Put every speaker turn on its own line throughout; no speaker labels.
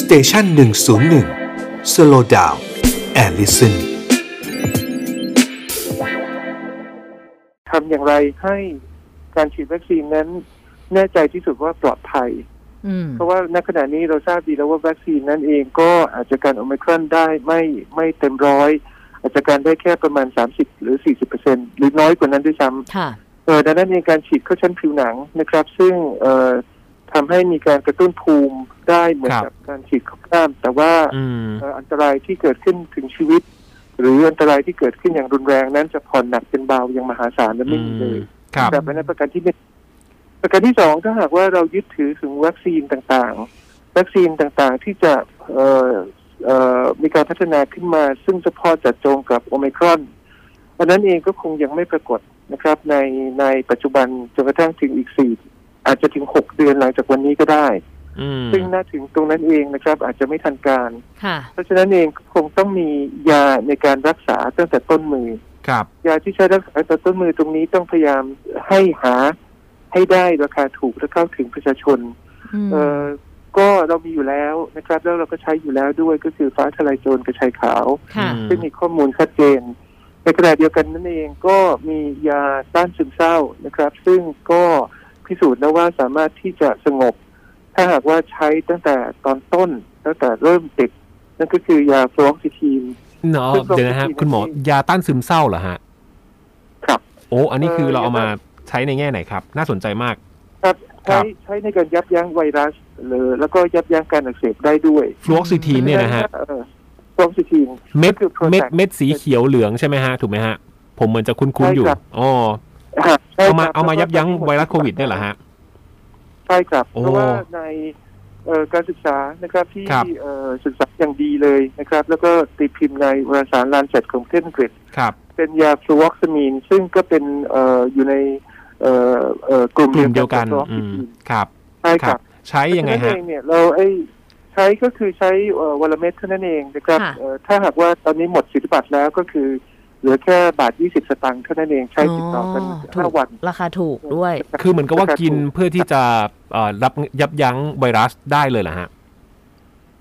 สเตชันหนึ่งศูนย์หนึ่งสโลดาวแอลลิสัน
ทำอย่างไรให้การฉีดวัคซีนนั้นแน่ใจที่สุดว่าปลอดภัย
อืม
เพราะว่าณขณะนี้เราทราบดีแล้วว่าวัคซีนนั้นเองก็อาจจะการโอมิครอนได้ไม่ไม่เต็มร้อย อาจจะการได้แค่ประมาณ 30 หรือ 40เปอร์เซ็นหรือน้อยกว่านั้นด้วยซ้ำ
ค่ะ
เออดังนั้นมีการฉีดเข้าชั้นผิวหนังนะครับ ซึ่งเอ่อทำให้มีการกระตุ้นภูมิได้เหมือนกับการฉีดเข้ากล้าม แต่ว่า
อืม
เอ่ออันตรายที่เกิดขึ้นถึงชีวิต หรืออันตรายที่เกิดขึ้นอย่างรุนแรงนั้นจะผ่อนหนักเป็นเบาอย่างมหาศาลและไม่มีเลย
ครับ
แบบนั้นประการที่หนึ่งประการที่สองถ้าหากว่าเรายึดถือถึงวัคซีนต่างๆ วัคซีนต่างๆที่จะเอ่อเอ่อมีการพัฒนาขึ้นมา ซึ่งเฉพาะเจัดจงกับโอไมครอน อันนั้นเองก็คงยังไม่ปรากฏนะครับ ในในปัจจุบันจนกระทั่งถึงอีกสี่อาจจะถึงหกเดือนหลังจากวันนี้ก็ได้
อืม
ซึ่งน่าถึงตรงนั้นเองนะครับ อาจจะไม่ทันการ
ค่ะ
เพราะฉะนั้นเองก็คงต้องมียาในการรักษาตั้งแต่ต้นมือ
ครับ
ยาที่ใช้รักษาตั้งแต่ต้นมือตรงนี้ต้องพยายามให้หาให้ได้ราคาถูกและเข้าถึงประชาชน
อืม
เออก็เรามีอยู่แล้วนะครับ แล้วเราก็ใช้อยู่แล้วด้วยก็คือฟ้าทลายโจรกระชายขาว
ค่ะ
อืม
ซึ่งมีข้อมูลชัดเจน ในขณะเดียวกันนั่นเองก็มียาต้านซึมเศร้านะครับ ซึ่งก็พิสูจน์แล้วว่าสามารถที่จะสงบ ถ้าหากว่าใช้ตั้งแต่ตอนต้น ตั้งแต่เริ่มติด นั่นก็คือยาฟลออกซิทีน
เนาะ
ซึ่งเรา
เดี๋ยวนะฮะ
ก็ฉีด
คุณหมอ
วัคซีน
ยาต้านซึมเศร้าเหรอฮะ
ครับ
โอ้อันนี้คือ
เอ่อ
เราเอามาย
าต้าน
ใช้ในแง่ไหนครับ น่าสนใจมาก
ครับ
ครั
ใช้
บ
ใช้ในการยับยั้งไวรัสหรือแล้วก็ยับยั้งการอักเสบได้ด้วย
ฟลูออกซิทีนเนี่ยนะฮะ
ฟลออกซิทีน
เม็ด
ก็คือโปรแทค
เม็ดเม็ดสีเขียวเหลืองใช่ไหมฮะถูกไหมฮะ ผมเหมือนจะคุ้นๆอยู่
ใช่ครับ
อ๋อเอามาเอามายับยั้งไวรัสโควิดเนี่ยเหรอฮะ
ใช่ครับ
โอ้
เพราะว่าในเอ่อการศึกษานะครับที่
ครับ
เอ่อศึกษาอย่างดีเลยนะครับ แล้วก็ตีพิมพ์ในวารสารลานเจ็ดของประเทศอังกฤษ
ครับ
เป็นยาฟลูออกซามีน ซึ่งก็เป็นเอ่ออยู่ในเอ่อเอ่อกลุ่ม
กลุ่มเดียวกัน
บฟลูออ
อื
ซิ
ม
ทีน
ครับ
ใช่
ค
ค
รั
รั
บบ ใช้ยังไง
เพราฉะ
ฮะ
นั้นเองเนี่ยเราไอ้ใช้ก็คือใช้เอ่อวันละเม็ดเท่านั้นเองนะครับ
ค่ะ
เอ่อถ้าหากว่าตอนนี้หมดสิทธิบัตรแล้วก็คือเหลือแค่บาทยี่สิบสตางค์เท่านั้นเองใช้ติดต่อกันห้าวัน
ราคาถูกด้วย
คือเหมือนกับว่ากินเพื่อที่จะเอ่อรับยับยั้งไวรัสได้เลยเหรอฮะ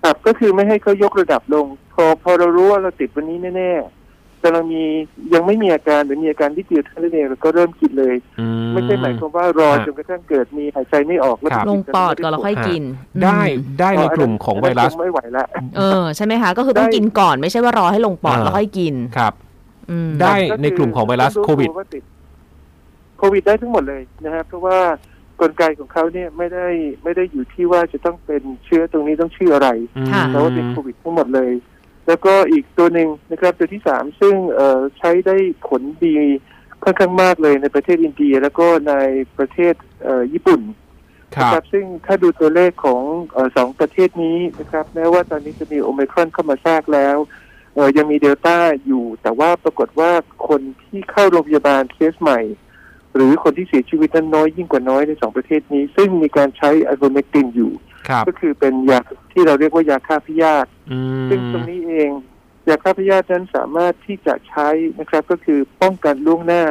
ครับก็คือไม่ให้เขายกระดับลง พอพอเรารู้ว่าเราติดวันนี้แน่ๆแต่เรามียังไม่มีอาการหรือมีอาการที่เดียวเท่านั้นเองเราก็เริ่มกินเลย
อืม
ไม่ใช่หมายความว่ารอ
ฮะ
จนกระทั่งเกิดมีหายใจไม่ออกแล้ว
ครับ
ลงปอดก่อนแล้วค่อยกิน
ได้
อืม
ได้ในกลุ่มของไวรัส
คงไม่ไหวละ
เออ ใช่ไหมคะ ก็คือต้อง
ได้
กินก่อนไม่ใช่ว่ารอให้ลงปอด
อ่า
แล้วค่อยกิน
ครับ
อืม
ได้ ในกลุ่มของไวรัสโควิด
าติโควิดได้ทั้งหมดเลยนะครับเพราะว่ากลไกของเขาเนี่ยไม่ได้ไม่ได้อยู่ที่ว่าจะต้องเป็นเชื้อตรงนี้ต้องชื่ออะไร
อืม
ค่ะ
แต่ว่าเป็นโควิดทั้งหมดเลย แล้วก็อีกตัวหนึ่งนะครับตัวที่สามซึ่งเอ่อใช้ได้ผลดีค่อนข้างมากเลยในประเทศอินเดีย แล้วก็ในประเทศเอ่อญี่ปุ่น
ค
นะ
รับ
ซึ่งถ้าดูตัวเลขของเออสองประเทศนี้นะครับแม้ว่าตอนนี้จะมีโอมครอนเข้ามาแทรกแล้วเอ่อยังมีเดลต้าอยู่ แต่ว่าปรากฏว่าคนที่เข้าโรงพยาบาลเคสใหม่ หรือคนที่เสียชีวิตนั้นน้อยยิ่งกว่าน้อยในสองประเทศนี้ ซึ่งมีการใช้อะโรเมกตินอยู่
ครับ
ก็คือเป็นยาที่เราเรียกว่ายาฆ่าพยาธิ
อืม
ซึ่งตรงนี้เองยาฆ่าพยาธินั้นสามารถที่จะใช้นะครับ ก็คือป้องกันล่วงหน้า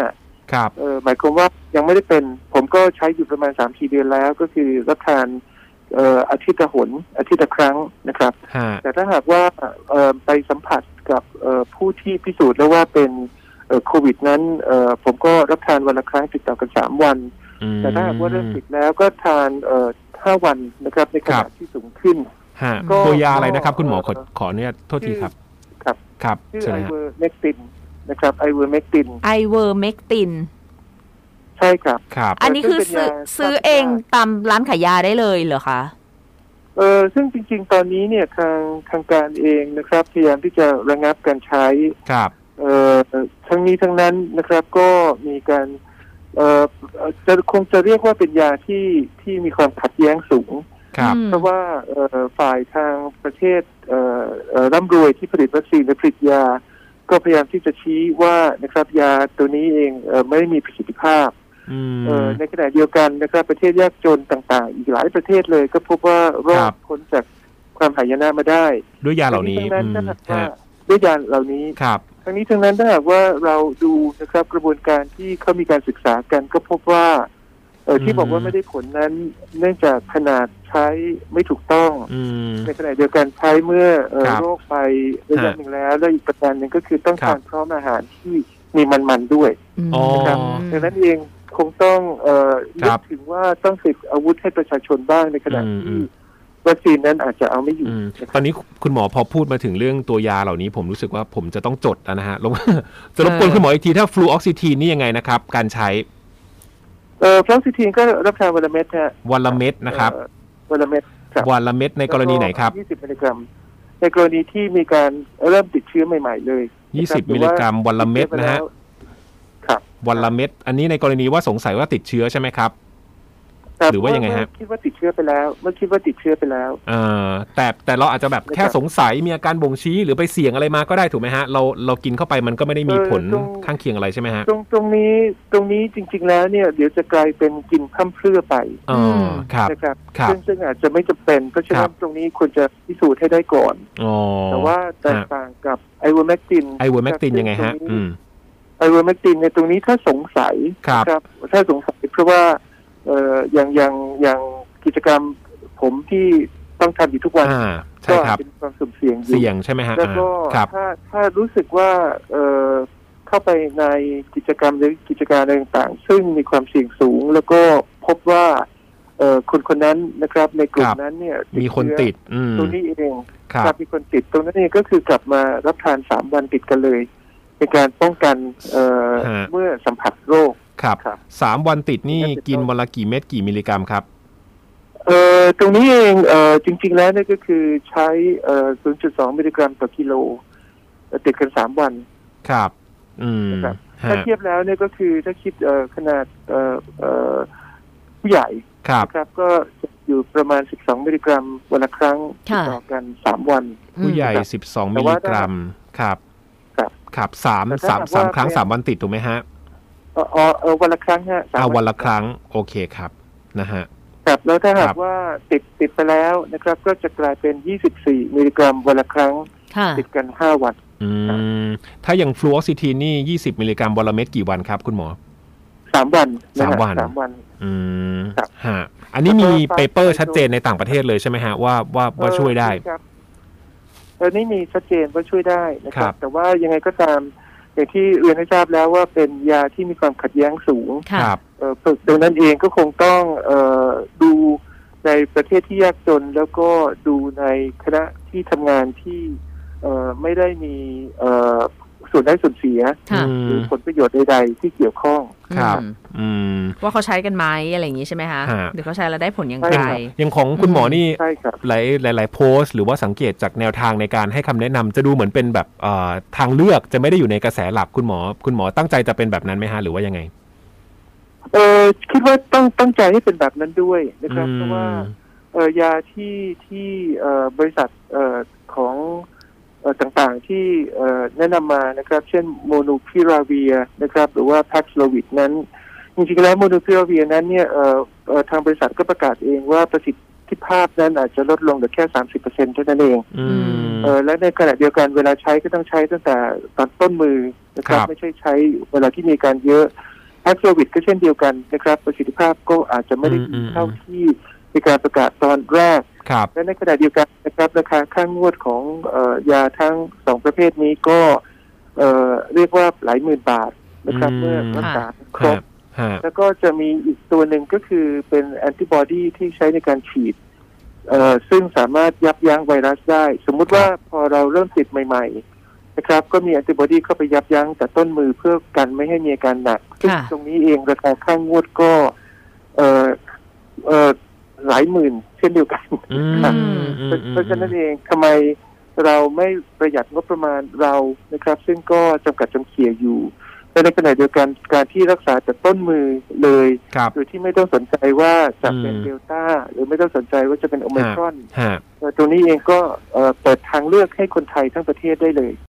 ครับ
เออหมายความว่ายังไม่ได้เป็น ผมก็ใช้อยู่ประมาณ3ามสี่เดือนแล้ว ก็คือรับทานเอ่ออาทิตย์ละหนอาทิตย์ละครั้งนะครับ
ฮะ
แต่ถ้าหากว่าเอ่อไปสัมผัสกับเอ่อผู้ที่พิสูจน์แล้วว่าเป็นเอ่อโควิด นั้นเอ่อผมก็รับทานวันละครั้งติดต่อกันสามวัน
อืม
แต่ถ้าหากว่าเริ่มติดแล้วก็ทานเอ่อห้าวันนะครับในขณะที่สูงขึ้น
ฮะ
ก็
ตัวยาอะไรนะครับ คุณหมอขอ
เอ่อ
ขออนุญาตโทษทีครับ
ครับ
ครับ
ชื่อ
เชิญ
ไอ
นะ
เว
ฮะ
อร์เมกตินนะครับไอเวอร์เมกติน
ไอเวอร์เมกติน
ใช่ครับ
ครับ
อันนี้คือซื้อ
เป็นยา
ซื้อเองตามร้านขายยาได้เลยเหรอคะ
เออซึ่งจริงๆ ตอนนี้เนี่ยทางทางการเองนะครับ พยายามที่จะระงับการใช้
ครับ
เออทั้งนี้ทั้งนั้นนะครับ ก็มีการเออเอ่อจะคงจะเรียกว่าเป็นยาที่ที่มีความขัดแย้งสูง
ครับ
อืม
เพราะว่าเอ่อฝ่ายทางประเทศเอ่อเอ่อร่ำรวยที่ผลิตวัคซีนและผลิตยา ก็พยายามที่จะชี้ว่านะครับยาตัวนี้เองเอ่อไม่ได้มีประสิทธิภาพ
อื
เอ่อ
ม
ในขณะเดียวกันนะครับประเทศยากจนต่างๆ อีกหลายประเทศเลยก็พบว่ารอ
ครั
ด
บ
พ้นจากความหายนะมาได้
ด้วยยาเหล่านี้
ทั้งนั้น
อืม
ถ้าหากว่า
ฮะ
ด้วยยาเหล่านี้
ครับ
ทั้งนี้ทั้งนั้นถ้าหากว่าเราดูนะครับกระบวนการที่เขามีการศึกษากันก็พบว่า เออที่บอกว่าไม่ได้ผลนั้น เนื่องจากขนาดใช้ไม่ถูกต้อง
อืม
ในขณะเดียวกันใช้เมื่อเอ่อ
ครับ
โรคไประยะ
ฮะ
หนึ่งแล้ว และอีกประการหนึ่งก็คือต้อง
ครับ
ทานพร้อมอาหารที่มีมันๆด้วย
ม
อ๋อ
นะครับ
ม
ดังนั้นเองคงต้องเอ่อ
ค
นึ
รั
ก
บ
ถึงว่าต้องติดอาวุธให้ประชาชนบ้างในขณะ
อืม
ที่วัคซีนนั้นอาจจะเอาไม่อยู่
อืม
นะครับ
ตอนนี้คุณหมอพอพูดมาถึงเรื่องตัวยาเหล่านี้ผมรู้สึกว่าผมจะต้องจดนะฮะลง จะรบกวน
เออ
คุณหมออีกทีถ้าฟลูออกซิทีนนี่ยังไงนะครับ การใช้
เอ่อพลาสทีนก็รับทานวันละเม็ดฮะ
วันละเม็ดนะครับ
เอ่อวันละเม็ดครับ
วันละเม็ดในกรณีไหนครับ
20มิลลิกรัม ในกรณีที่มีการเริ่มติดเชื้อใหม่ ๆ เลย
20 มิลลิกรัมวันละเม็ดนะฮะ
ครับ
วันละเม็ดอันนี้ในกรณีว่าสงสัยว่าติดเชื้อใช่ไหมครับ
แต่
หรือว่ายังไงฮะ
เมื่คิดว่าติดเชื้อไปแล้ว เมื่อคิดว่าติดเชื้อไปแล้ว
เอ่อแต่แต่เราอาจจะแบบแค่สงสัยมีอาการบ่งชี้หรือไปเสี่ยงอะไรมาก็ได้ถูกไหมฮะเราเรากินเข้าไปมันก็ไม่ได้มี
เออ
ผล
ตรง
ข้างเคียงอะไรใช่ไหมฮะ
ตรงตรงนี้ตรงนี้จริง ๆ แล้วเนี่ย เดี๋ยวจะกลายเป็นกินข้ามเพรื่อไป
เออครับ
นะครับ
ครับ
ซึ่งซึ่งอาจจะไม่จำเป็นเพราะฉะนั้
ครั
น
บ
ตรงนี้ควรจะพิสูจน์ให้ได้ก่อน
อ๋อ
แต่ว่าแตกต่างกับไอวอร์แมกติน
ไอเวอร์แมกตินยังไงฮะ อืม
ไอวอร์แมกตินในยตรงนี้ถ้าสงสัย
ครับ
ครับถ้าสงสัยเพราะว่าเอ่ออย่างอย่างอย่างกิจกรรมผมที่ต้องทำอยู่ทุกวัน
อ่าใช่
ก็
ครับ
เป็นความสุ่มเสี่ยงอยู่
เสี่ยงใช่ไหมฮะ
แล้วก็
อ่าครับ
ถ้าถ้ารู้สึกว่าเอ่อเข้าไปในกิจกรรมหรือกิจการอะไรต่างๆ ซึ่งมีความเสี่ยงสูง แล้วก็พบว่าเอ่อคนคนนั้นนะครับ ในกลุ่
ค
ม
รับ
นั้นเนี่ย
มีคนติด อืม
เชื้อตรงนี้เอง
ครั
ครับ บมีคนติดตรงนั้นเองก็คือกลับมารับทานสามวันติดกันเลยเป็นการป้องกันเอ่อ
ฮะ
เมื่อสัมผัสโรค
ครับ
ครับ
สามวันติดนี่
ครับ
กินวันละกี่เม็ดกี่มิลลิกรัมครับ
เอ่อตรงนี้เองเอ่อจริง ๆ แล้วเนี่ยก็คือใช้เอ่อ0.2 มิลลิกรัมต่อกิโลเอ่อติดกันสามวัน
ครับ อืม
นะครับ
ฮะ
ถ้าเทียบแล้วเนี่ยก็คือถ้าคิดเอ่อขนาดเอ่อเอ่อผู้ใหญ่
ครับ
นะครับก็อยู่ประมาณ 12 มิลลิกรัมวันละครั้ง
ค่ะ
ติดต่อกันสามวัน
ผู้ใหญ่
ครับ
สิบสอง
แต่
มิลลิ
ว่าก
รัมครับ
ครับ
ครับสาม
แต่
สา
ถ้าม หาก
สาม
ว่า
ครั้งสามวันติดถูกไหมฮะ
เอ่อเอ่อเอ่อวันละครั้งฮะสม
เอาวันละครั้งโอเคครับนะฮะ
ครับแล้วถ้าหา
ครั
ก
บ
ว่าติดติดไปแล้วนะครับก็จะกลายเป็น 24 มิลลิกรัมวันละครั้ง
ค่ะ
ติดกัน 5 วัน
อืมถ้าอย่างฟลูออกซิทีนนี่ยี่สิบมิลลิกรัมวันละเม็ดกี่วันครับ คุณหมอ
3 วันนะ
สาม
ฮะ
วัน
สามวัน
อืม
ครับ
ฮะอันนี้มี
แล้วก็
เปเปอร์ชัดเจนในต่างประเทศเลยใช่ไหมฮะว่าว่าว่าช่วยได้
เออครับตอนนี้มีชัดเจนว่าช่วยได้นะค
ครั
รับ
บ
แต่ว่ายังไงก็ตามอย่างที่เรียนให้ทราบแล้วว่าเป็นยาที่มีความขัดแย้งสูง
ค่ะ
ครับ
เอ่อฝึกดังนั้นเองก็คงต้องเอ่อดูในประเทศที่ยากจน แล้วก็ดูในคณะที่ทำงานที่เอ่อไม่ได้มีเอ่อส่วนได้ส่วนเสีย
ค่ะ
อื
หรื
ม
อผลประโยชน์ใดๆที่เกี่ยวข้อง
ครับ
อืม
อืม
ว่าเขาใช้กันไหมอะไรอย่างนี้ใช่ไหมคะ
ฮะ
หรือเขาใช้แล้วได้ผลอย่าง
ใช่
ไร
ครับ
อย่างของคุณหมอนี่
ใช่ครับ
หลายหลายหลายโพสต์หรือว่าสังเกตจากแนวทางในการให้คำแนะนำจะดูเหมือนเป็นแบบเอ่อทางเลือกจะไม่ได้อยู่ในกระแสหลักคุณหมอ คุณหมอตั้งใจจะเป็นแบบนั้นไหมฮะหรือว่ายังไง
เออคิดว่าต้องตั้งใจให้เป็นแบบนั้นด้วยนะครับ
อืม
เพราะว่า เออยาที่ที่เอ่อบริษัทเอ่อของเอ่อต่างๆที่เอ่อแนะนำมานะครับ เช่นโมนูพิราเวียนะครับ หรือว่าแพ็กโลวิดนั้น จริงๆแล้วโมนูพิราเวียนั้นเนี่ยเอ่อเอ่อทางบริษัทก็ประกาศเองว่าประสิทธิภาพนั้นอาจจะลดลงเหลือแค่ 30เปอร์เซ็นเท่านั้นเอง
อืม
เออและในขณะเดียวกันเวลาใช้ก็ต้องใช้ตั้งแต่ตอนต้นมือนะครับ
ครับ
ไม่ใช่ใช้เวลาที่มีการเยอะแพ็กโลวิดก็เช่นเดียวกันนะครับ ประสิทธิภาพก็อาจจะไม่ได้ดีเท่าที่มีการประกาศตอนแรก
ครับ
และในขณะเดียวกันนะครับราคาค่างวดของเออยาทั้งสองประเภทนี้ก็เอ่อเรียกว่าหลายหมื่นบาทนะครับ
อืม
เมื่อรักษาคร
ฮะ
บ
ฮะ
แล้วก็จะมีอีกตัวหนึ่งก็คือเป็นแอนติบอดีที่ใช้ในการฉีดเอ่อซึ่งสามารถยับยั้งไวรัสได้ สมมุติว่าพอเราเริ่มติดใหม่ ๆ นะครับ ก็มีแอนติบอดีเข้าไปยับยั้งแต่ต้นมือเพื่อกันไม่ให้มีอาการหนักซึ่ง
ค่ะ
ตรงนี้เองราคาค่างวดก็เอ่อเอ่อหลายหมื่นเช่นเดียวกัน
อืม
ครับ
อืมอืม
เพราะฉะนั้นเองทำไมเราไม่ประหยัดงบประมาณเรานะครับ ซึ่งก็จำกัดจำเขี่ยอยู่และในขณะเดียวกันการที่รักษาแต่ต้นมือเลย
ครับ
โดยที่ไม่ต้องสนใจว่าจะเป็น
อืม
เดลต้าหรือไม่ต้องสนใจว่าจะเป็นโอไมครอน
ฮะ
เอ่อตรงนี้เองก็เอ่อเปิดทางเลือกให้คนไทยทั้งประเทศได้เลย